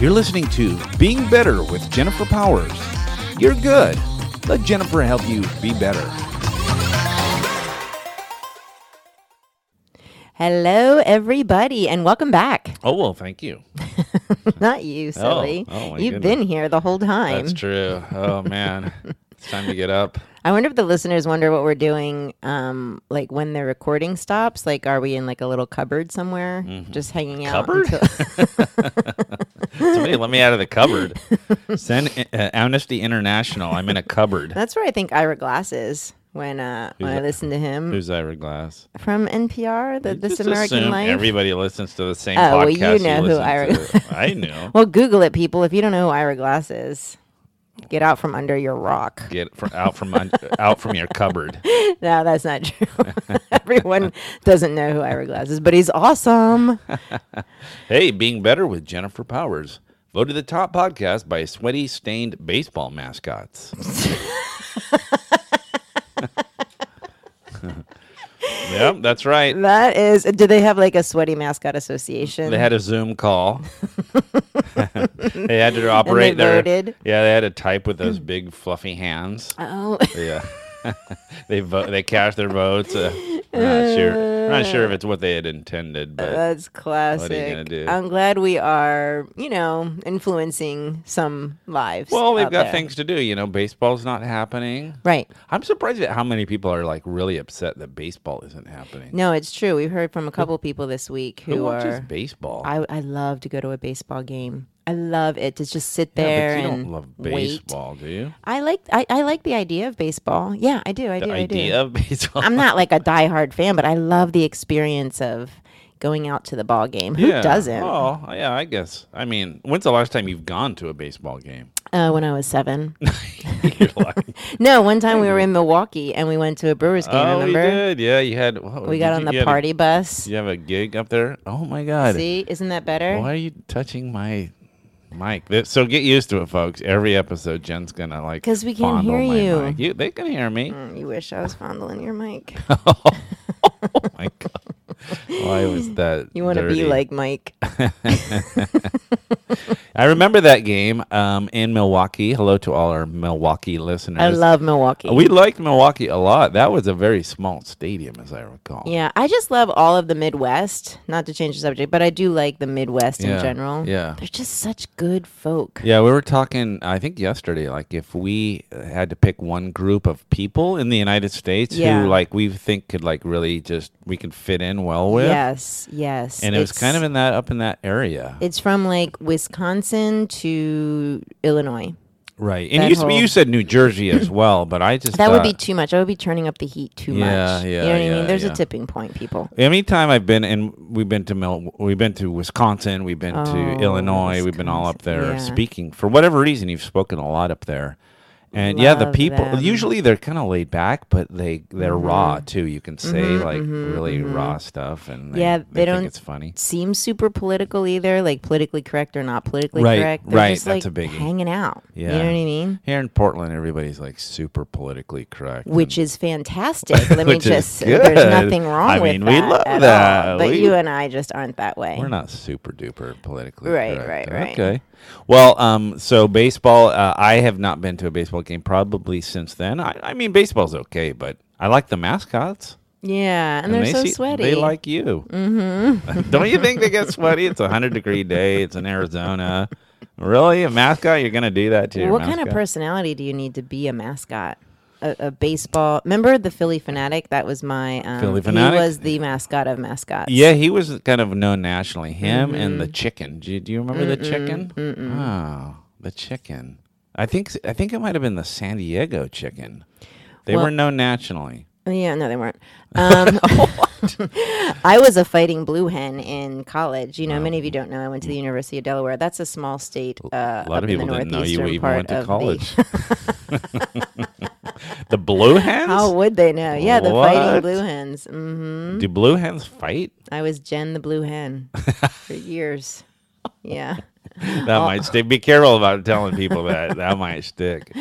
You're listening to Being Better with Jennifer Powers. You're good. Let Jennifer help you be better. Hello, everybody, and welcome back. Oh well, thank you. Not you, silly. oh my You've goodness. been here the whole time. That's true. Oh man, it's time to get up. I wonder if the listeners wonder what we're doing, um, like when the recording stops. Like, are we in like a little cupboard somewhere, just hanging out? Mm-hmm. Cupboard? Somebody let me out of the cupboard. Send uh, Amnesty International. I'm in a cupboard. That's where I think Ira Glass is when uh, when I that? listen to him Who's Ira Glass? from NPR, the This Just American assume Life. Everybody listens to the same Oh, podcast. well, you know who listen Ira- to. I know. well, Google it, people. If you don't know who Ira Glass is, get out from under your rock. Get from, out from un- out from your cupboard. No, that's not true. Everyone doesn't know who Ira Glass is, but he's awesome. Hey, being better with Jennifer Powers. Voted the top podcast by sweaty stained baseball mascots. yep, that's right. That is. Do they have like a sweaty mascot association? They had a Zoom call. they had to they operate their voted? yeah. They had to type with those big fluffy hands. oh, Yeah, they vote. They cast their votes. Uh, I'm not sure. I'm not sure if it's what they had intended, but that's classic. gonna do? I'm glad we are, you know, influencing some lives. well, they've out got there. things to do. You know, baseball's not happening. Right. I'm surprised at how many people are like really upset that baseball isn't happening. No, it's true. We've heard from a couple people this week who, Who watches are. baseball? I I love to go to a baseball game. I love it to just sit yeah, there but you and don't love wait. baseball, do you? I like I, I like the idea of baseball. Yeah, I do. I do. The I do. idea of baseball. I'm not like a diehard fan, but I love the experience of going out to the ball game. Who doesn't? Well, yeah, I guess. I mean, when's the last time you've gone to a baseball game? Uh, when I was seven. You're like, no, one time we were in Milwaukee and we went to a Brewers game. oh, you remember? did. Yeah, you had. what- We got did on you- the you had a- party bus. Did you have a gig up there? Oh my God! See, isn't that better? Why are you touching my mic? Th- So get used to it, folks. Every episode, Jen's gonna like 'Cause we can't fondle hear my you. mic. you. They can hear me. Mm, You wish I was fondling your mic. Oh my God! Why was that? You want to be dirty? like Mike. I remember that game um, in Milwaukee. Hello to all our Milwaukee listeners. I love Milwaukee. We liked Milwaukee a lot. That was a very small stadium, as I recall. yeah, I just love all of the Midwest. Not to change the subject, but I do like the Midwest in Yeah, general. yeah. They're just such good folk. Yeah, we were talking, I think yesterday, like if we uh, had to pick one group of people in the United States Yeah. who, like, we think could, like, really just, we could fit in well with. Yes, yes. And it was kind It's- of in that, up in that area. It's from like Wisconsin to Illinois. right. And that you, s- whole- you said New Jersey as well, but I just. That would be thought- too much. I would be turning up the heat too Yeah, much. yeah, you know what I yeah, mean? There's yeah. a tipping point, people. Anytime I've been, and we've been to Mil- we've been to Wisconsin, we've been Oh, to Illinois, we've been all up Wisconsin. there Yeah. speaking for whatever reason. You've spoken a lot up there, and yeah, the Love people them. Mm-hmm. usually they're kind of laid back, but they they're raw too. You can say like really raw stuff, and they, Yeah, they, they don't- think it's funny. Seems super political either, like politically correct or not politically Right, correct. They're right, just that's like a biggie. hanging out. You know Yeah. what I mean? Here in Portland, everybody's like super politically correct, Which and- is fantastic. Let me Which is just say there's good. nothing wrong I with mean, that. we love at all, that. But We- you and I just aren't that way. We're not super duper politically Right, correct. right, right. Okay. Well, um, so baseball. Uh, I have not been to a baseball game probably since then. I, I mean, baseball's okay, but I like the mascots. Yeah, and, they're they so see- sweaty. They like you. Mm-hmm. Don't you think they get sweaty? It's a hundred degree day. It's in Arizona. Really, a mascot? You're gonna do that to your what kind of mascot? personality do you need to be a mascot? A, a baseball. Remember the Philly Fanatic? That was my. Um, Philly Fanatic? He was the mascot of mascots. Yeah, he was kind of known nationally. Him and Mm-hmm. the chicken. Do you, do you remember the chicken? Oh, the chicken. I think s- I think it might have been the San Diego chicken. They Well- were known nationally. Yeah, no, they weren't. Um, I was a fighting blue hen in college. You know, many of you don't know. I went to the University of Delaware. That's a small state. Uh, A up lot of in people the didn't know you northeastern even part went to of the- college. the blue hens? How would they know? Yeah, the fighting What? blue hens. hmm Do blue hens fight? I was Jen the blue hen for years. Yeah. That Oh. might stick. Be careful about telling people that. that might stick.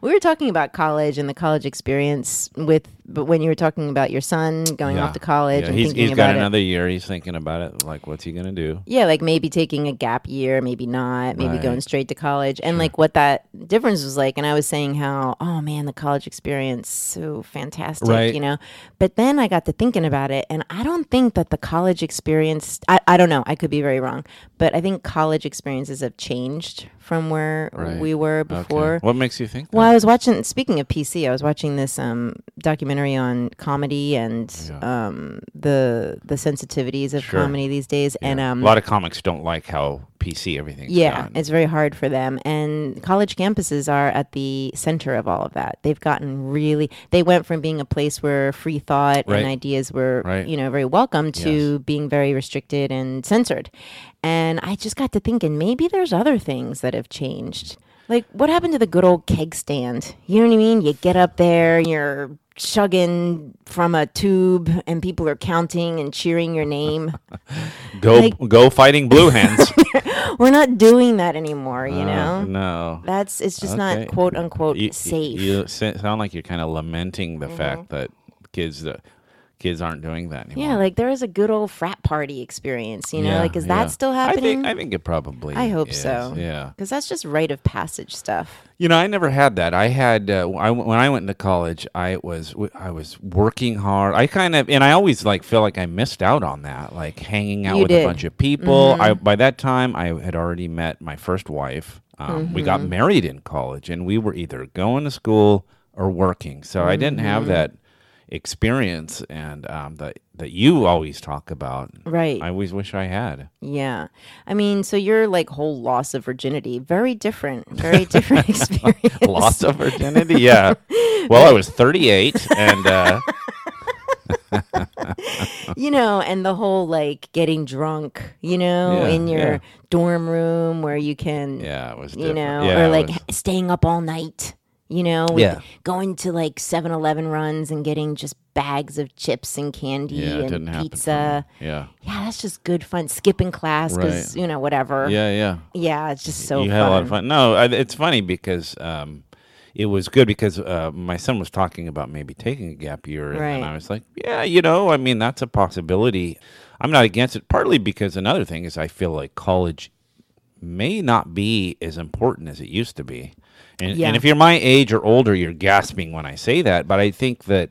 We were talking about college and the college experience with but when you were talking about your son going Yeah. off to college Yeah, and he's, thinking he's about got it. another year. He's thinking about it. Like, what's he gonna do? yeah, like maybe taking a gap year, maybe not, maybe Right. going straight to college, and like what that difference was like. And I was saying how, oh man, the college experience so fantastic, Right. you know. But then I got to thinking about it, and I don't think that the college experience. I, I don't know. I could be very wrong, but I think college experiences have changed from where Right. we were Okay. before. What makes you think? Well, that? I was watching. Speaking of PC, I was watching this um, documentary on comedy and um, the the sensitivities of Sure. comedy these days, and um, a lot of comics don't like how PC everything. yeah, it's very hard for them. And college campuses are at the center of all of that. They've gotten really, they went from being a place where free thought Right. and ideas were, Right. you know, very welcome to being very restricted and censored. And I just got to thinking maybe there's other things that have changed. Like, what happened to the good old keg stand? You know what I mean? You get up there, you're chugging from a tube, and people are counting and cheering your name. go like- go fighting blue hens. We're not doing that anymore, you Oh, know? no. That's it's just Okay. not quote unquote You- you- safe. Mm-hmm. You sa- sound like you're kind of lamenting the fact that kids that kids aren't doing that anymore. yeah, like there is a good old frat party experience, you know? Yeah, like is yeah. that still happening? I think I think it probably. I hope is, so. Yeah. Cuz that's just rite of passage stuff. You know, I never had that. I had uh, I, when I went into college, I was w- I was working hard. I kind of and I always like feel like I missed out on that, like hanging out You with a did. Mm-hmm. bunch of people. I by that time I had already met my first wife. Um, We Mm-hmm. got married in college, and we were either going to school or working. So I didn't have Mm-hmm. that experience and um, that that you always talk about. Right. I always wish I had. yeah. I mean, so your like whole loss of virginity, very different, very different experience. Loss of virginity. Yeah. Well, I was 38, and. Uh, you know, and the whole like getting drunk, you know, Yeah, in your yeah. dorm room where you can Yeah, it was. you different. know, yeah, or it like was- h- staying up all night, you know, with Yeah. going to like 7 Eleven runs and getting just bags of chips and candy yeah, it didn't and happen. for pizza. me. Yeah, Yeah, that's just good fun. Skipping class because, Right. you know, whatever. Yeah. yeah, yeah. it's just so Oh, fun. you had a lot of fun. No, I, it's funny because um, it was good because uh, my son was talking about maybe taking a gap year, and, and Right. I was like, yeah, you know, I mean, that's a possibility. I'm not against it. Partly because another thing is I feel like college may not be as important as it used to be. And, Yeah. and if you're my age or older, you're gasping when I say that. But I think that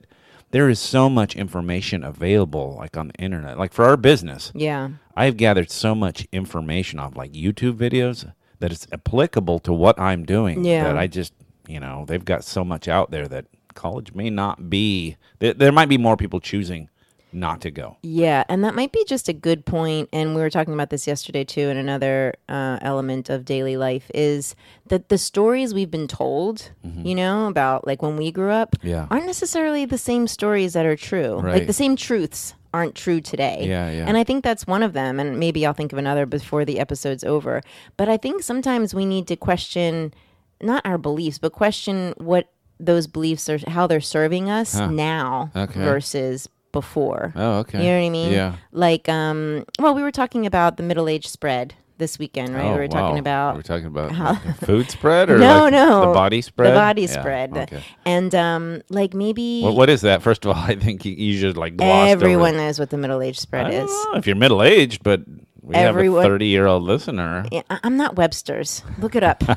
there is so much information available, like on the internet, like for our business. Yeah. I've gathered so much information off like YouTube videos that it's applicable to what I'm doing. Yeah. That I just, you know, they've got so much out there that college may not be, there, there might be more people choosing not to go. Yeah, and that might be just a good point. And we were talking about this yesterday too. And another uh, element of daily life is that the stories we've been told, you know, about like when we grew up, Mm-hmm. Yeah. aren't necessarily the same stories that are true. Right. Like the same truths aren't true today. Yeah, yeah. And I think that's one of them. And maybe I'll think of another before the episode's over. But I think sometimes we need to question not our beliefs, but question what those beliefs are, how they're serving us now Okay. versus before. Oh, okay. You know what I mean? Yeah. Like, um, well, we were talking about the middle age spread this weekend, Oh, right? we were talking about talking about food spread or No, like, no. the the body body spread. the body spread, and um, like maybe what is that? First of all, I think you, you should like gloss everyone knows what the middle age I spread is. don't know if you're middle aged, but we Everyone- have a 30 year old listener. Yeah, I- I'm not Webster's. Look it up.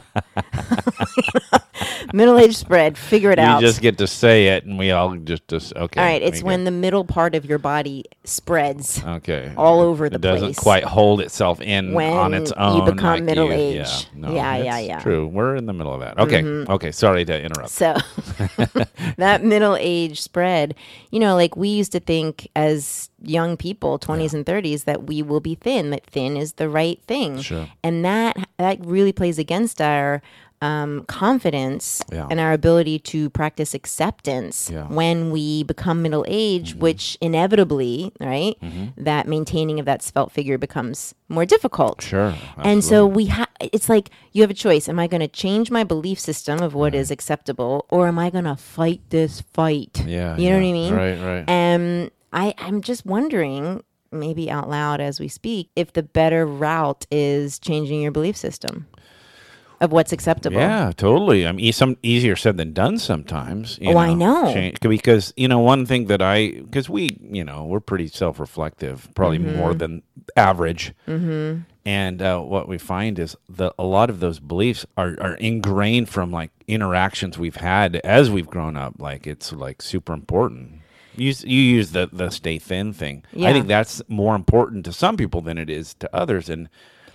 middle age spread. Figure it out. You just get to say it, and we all just, just okay. All right, it's we get- when the middle part of your body spreads. Okay. all over the it doesn't place. quite hold itself in on its When you own. become like you- middle Yeah, age. no, Yeah, yeah, it's yeah. Mm-hmm. True. We're in the middle of that. Okay. Okay. Sorry to interrupt. So that middle age spread, you know, like we used to think as young people, 20s and 30s, that we will be thin, that thin is the right thing. Sure. And that that really plays against our um, confidence Yeah. and our ability to practice acceptance Yeah. Mm-hmm. when we become middle age, which inevitably, right, that maintaining of that svelte figure becomes more difficult. Sure. Uh, And so we have, it's like you have a choice. Am I going to change my belief system of what is acceptable or am I going to fight this fight? Yeah, You know what yeah. I mean? Right, right. Um, I, I'm just wondering, maybe out loud as we speak, if the better route is changing your belief system. of what's acceptable. Yeah, totally. I mean, e- some easier said than done sometimes. you Oh, I know. Change- because you know, one thing that I because we you know we're pretty self-reflective, probably Mm-hmm. more than average. Mm-hmm. And uh, what we find is that a lot of those beliefs are, are ingrained from like interactions we've had as we've grown up. Like it's like super important. You, s- you use the, the stay thin thing. I Yeah. think that's more important to some people than it is to others. And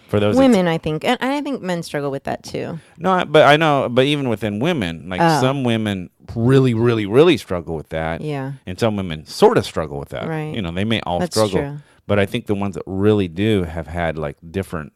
for those, it's Women, I think, and I think men struggle with that too. no, I- but I know, but even within women, like Oh. some women really, really, really struggle with that. Yeah. And some women sort of struggle with that. Right. You know, they may all That's struggle. true. But I think the ones that really do have had like different,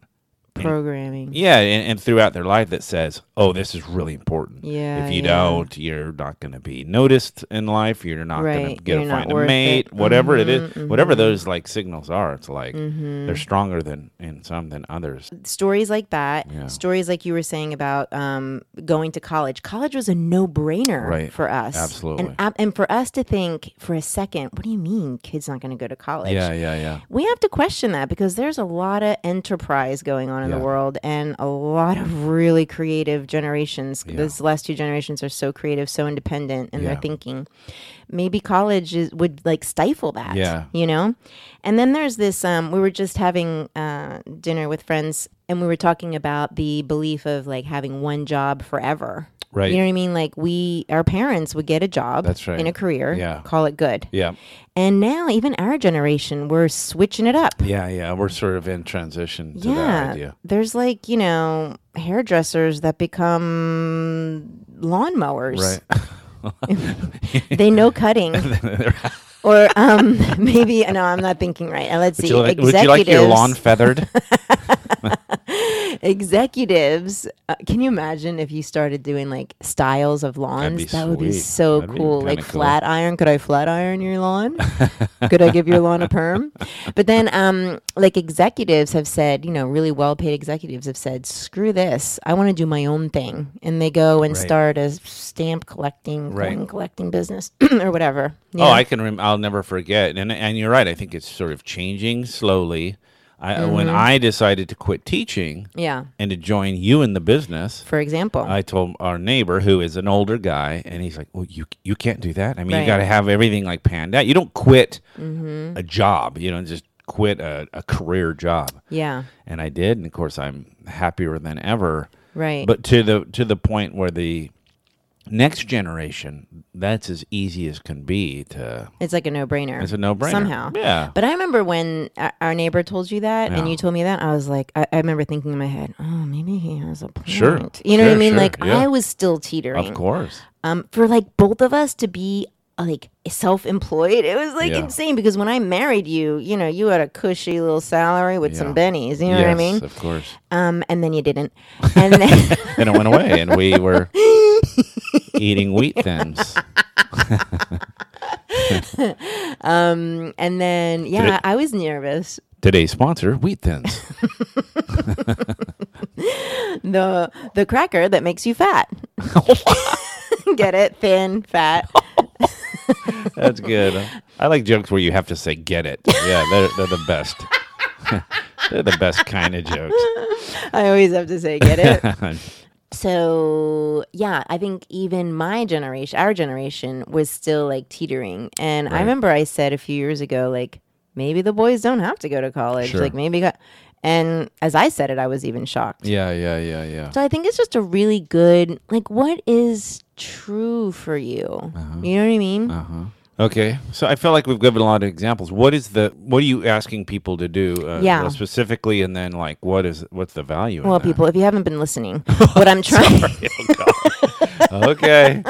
Programming. yeah, and, and throughout their life that says, oh, this is really important. Yeah, If you yeah. don't, you're not going to be noticed in life. You're not going Right, to get to you're not find a worth mate, it. Mm-hmm, whatever it is, whatever those like signals are. It's like they're stronger than in some than others. Stories like that, Yeah. stories like you were saying about um, going to college. College was a no brainer Right. for us. Absolutely. And, ab- and for us to think for a second, what do you mean kids not going to go to college? Yeah, yeah, yeah. we have to question that because there's a lot of enterprise going on in Yeah. the world and a lot of really creative generations. These last two generations are so creative, so independent in Yeah. their thinking. Maybe college is, would like stifle that, Yeah. you know? And then there's this um, we were just having uh, dinner with friends and we were talking about the belief of like having one job forever. Right. You know what I mean? Like we, our parents would get a job That's right. in a career, Yeah. call it good. Yeah. And now, even our generation, we're switching it up. Yeah, yeah, we're sort of in transition to that idea. There's like, you know, hairdressers that become lawnmowers. They know cutting. or um, maybe, no, I'm not thinking right. Uh, Let's Would see. you, like, would executives, you like your lawn feathered? Executives. Uh, can you imagine if you started doing like styles of lawns? be that would be sweet. so That'd be cool. kinda like cool. flat iron. Could I flat iron your lawn? Could I give your lawn a perm? But then, um, like executives have said, you know, really well paid executives have said, screw this. I want to do my own thing. And they go and Right. start a stamp collecting, Right. coin collecting business or whatever. you know? Oh, I can. Rem- I'll never forget. And and you're right. I think it's sort of changing slowly. I, When Mm-hmm. I decided to quit teaching yeah. and to join you in the business, For example. I told our neighbor who is an older guy, and he's like, "Well, you you can't do that. I mean, you Right. Mm-hmm. got to have everything like panned out. You don't quit a job. You don't just quit a, a career job." yeah. and I did, and of course I'm happier than ever. Right. But to the to the point where the next generation, that's as easy as can be to It's like a no brainer. It's a no-brainer. Somehow. Yeah. But I remember when o- our neighbor told you that and Yeah. you told me that, I was like, I, I remember thinking in my head, oh, maybe he has a point. Sure. You know what Sure, I mean? sure. Like, Yeah. I was still teetering. of course. Um, for like both of us to be uh, like self employed, it was like Yeah. insane because when I married you, you know, you had a cushy little salary with Yeah. some bennies. You know what I Yes, mean? Of course. Um, and then you didn't. And then. And it went away and we were eating wheat thins. Um, and then, yeah, I was nervous. Today's sponsor, wheat thins. the the cracker that makes you fat. Get it? Thin, fat. That's good. I like jokes where you have to say get it. Yeah, they're they're the best. they're the best kind of jokes. I always have to say, get it? so, yeah, I think even my generation, our generation, was still like teetering. And I remember I said a few years ago, like, maybe the boys don't have to go to college. Sure. Like, maybe. Go- and as I said it, I was even shocked. Yeah, yeah, yeah, yeah. So I think it's just a really good, like, what is true for you? Uh-huh. You know what I mean? Okay, so I feel like we've given a lot of examples. What is the what are you asking people to do? Uh, Yeah. well, specifically, and then like what is what's the value? Well, in that? people, if you haven't been listening, what I'm trying. okay,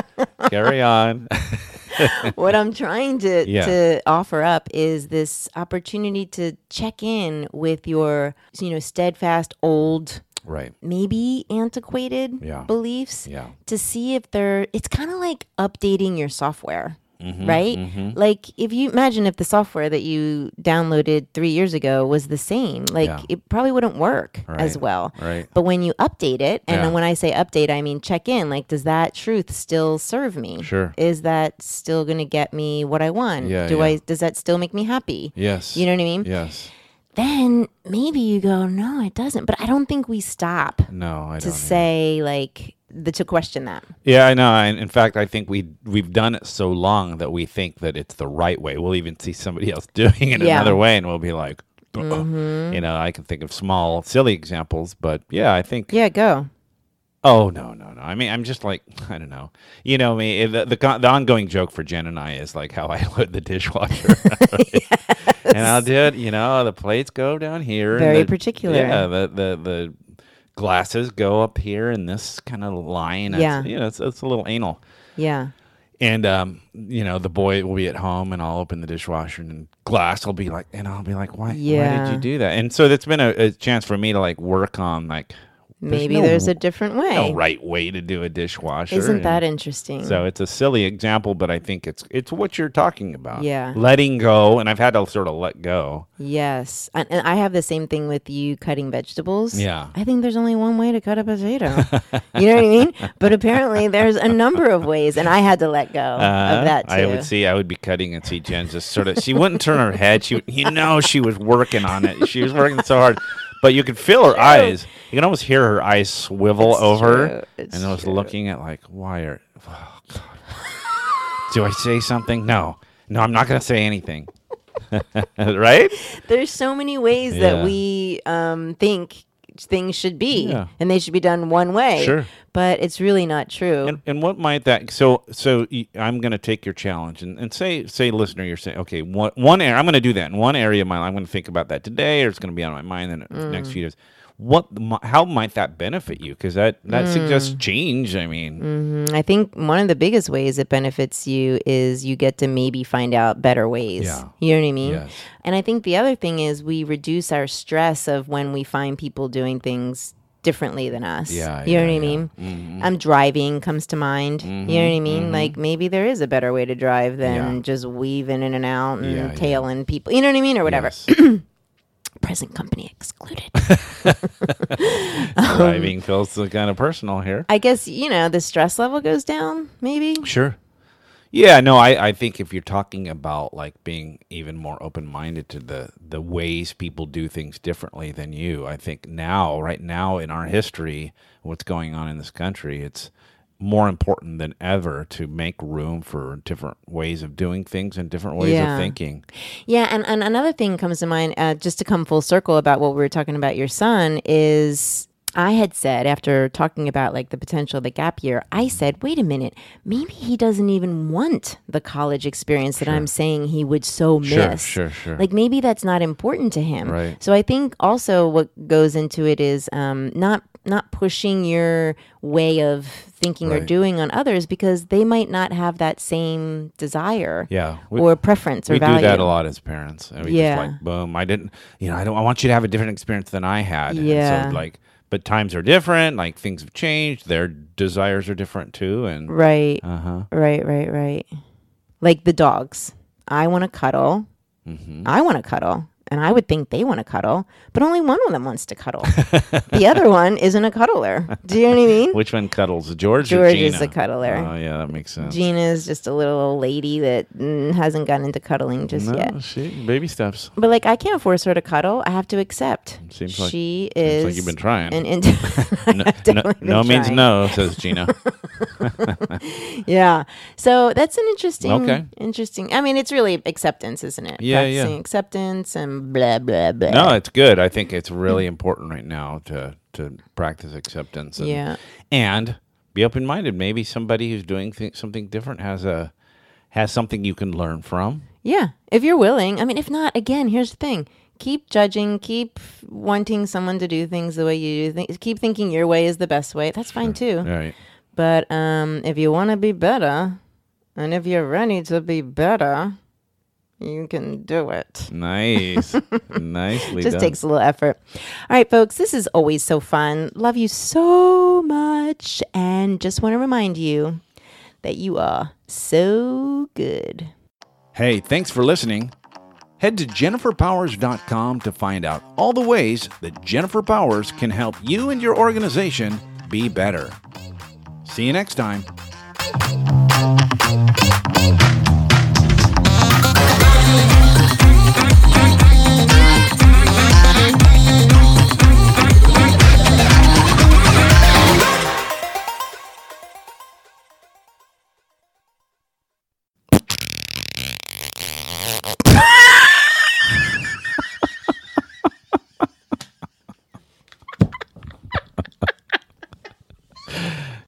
carry on. what I'm trying to Yeah. to offer up is this opportunity to check in with your you know steadfast old right. maybe antiquated Yeah. beliefs Yeah. to see if they're it's kind of like updating your software Mm-hmm, right like if you imagine if the software that you downloaded three years ago was the same like Yeah. it probably wouldn't work as Right, well right. but when you update it and Yeah. when i say update i mean check in like does that truth still serve me Sure. is that still gonna get me what i want Yeah, do yeah. i does that still make me happy Yes. you know what i mean Yes. then maybe you go, no, it doesn't. But I don't think we stop No, I to don't. say like the, to question that. Yeah, I know. And in fact, I think we we've done it so long that we think that it's the right way. We'll even see somebody else doing Yeah. it Mm-hmm. another way, and we'll be like, "Ugh." you know, I can think of small, silly examples, but yeah, I think. Yeah, go. Oh no, no, no. I mean, I'm just like, I don't know. You know me. eh, The the, con- the ongoing joke for Jen and I is like how I load the dishwasher, and I'll do it. You know, the plates go down here. and Very the- particular. Yeah, the the the glasses go up here in this kind of line. Yeah. it's, you know, it's, it's a little anal. Yeah. And um, you know, the boy will be at home, and I'll open the dishwasher, and glass will be like, and I'll be like, why? Why did Yeah. you do that? And so that's been a, a chance for me to like work on like Maybe no there's a different way. no right way to do a dishwasher. Isn't and that interesting? So it's a silly example, but I think it's it's what you're talking about. Yeah. letting go, and I've had to sort of let go. Yes. And, and I have the same thing with you cutting vegetables. Yeah. I think there's only one way to cut a potato. you know what I mean? But apparently there's a number of ways, and I had to let go Uh, of that too. I would see, I would be cutting and see Jen just sort of. She wouldn't turn her head. She, would, you know, she was working on it. She was working so hard, but you could feel her eyes. You can almost hear her eyes swivel It's over, true, it's and I was true. looking at like, why are? Oh, God. Do I say something? No, no, I'm not going to say anything. right? There's so many ways Yeah. that we um, think things should be, Yeah. and they should be done one way. Sure. But it's really not true. And, and what might that so so y- I'm going to take your challenge and, and say say listener you're saying okay one one area I'm going to do that in one area of my life I'm going to think about that today or it's going to be on my mind in the next few days. What mi- how might that benefit you? Because that that suggests change. I mean, I think one of the biggest ways it benefits you is you get to maybe find out better ways. Yeah. You know what I mean? Yes. And I think the other thing is we reduce our stress of when we find people doing things differently than us. Yeah, You know yeah, what I yeah. Mm-hmm. mean? I'm driving comes to mind. You know what I mean? Like maybe there is a better way to drive than Yeah. just weaving in and out and Yeah, yeah. tailing people. You know what I mean? Or whatever. yes, Present company excluded. driving feels kind of personal here. I guess, you know, the stress level goes down, maybe. Sure. Yeah, no, I, I think if you're talking about like being even more open minded to the the ways people do things differently than you, I think now, right now in our history, what's going on in this country, it's more important than ever to make room for different ways of doing things and different ways Yeah. of thinking. Yeah, and, and another thing comes to mind, uh, just to come full circle about what we were talking about your son, is I had said after talking about like the potential of the gap year, I said, wait a minute, maybe he doesn't even want the college experience that I'm saying he would so Sure, miss. sure, sure. Like maybe that's not important to him. Right. So I think also what goes into it is um, not not pushing your way of thinking or Right. doing on others because they might not have that same desire Yeah. We- or preference or we value. do that a lot as parents. And we Yeah. just like boom, I didn't you know, I don't I want you to have a different experience than I had. And Yeah. so like but times are different, like things have changed, their desires are different too and Right. uh-huh. Right, right, right. Like the dogs. I want to cuddle. Mm-hmm. I want to cuddle. And I would think they want to cuddle, but only one of them wants to cuddle. the other one isn't a cuddler. Do you know what I mean? Which one cuddles? George or George is Gina? a cuddler. Oh yeah, that makes sense. Gina's just a little old lady that mm, hasn't gotten into cuddling just no, yet. she baby steps. But like, I can't force her to cuddle. I have to accept. Seems like- she Seems is. like you've been trying. An ind- no no, definitely no been means trying. no, says Gina. yeah. So that's an interesting. Okay. Interesting. I mean, it's really acceptance, isn't it? Yeah, yeah. Practicing Acceptance and blah blah blah. no, it's good. I think it's really important right now to to practice acceptance. And, Yeah. and be open minded. Maybe somebody who's doing th- something different has a has something you can learn from. Yeah, if you're willing. I mean, if not, again, here's the thing: keep judging, keep wanting someone to do things the way you do things. Keep thinking your way is the best way. That's fine too. All right. But um, if you want to be better, and if you're ready to be better, you can do it. Nice. Nicely Just done. takes a little effort. All right, folks, this is always so fun. Love you so much. And just want to remind you that you are so good. Hey, thanks for listening. Head to jenniferpowers.com to find out all the ways that Jennifer Powers can help you and your organization be better. See you next time. Hey!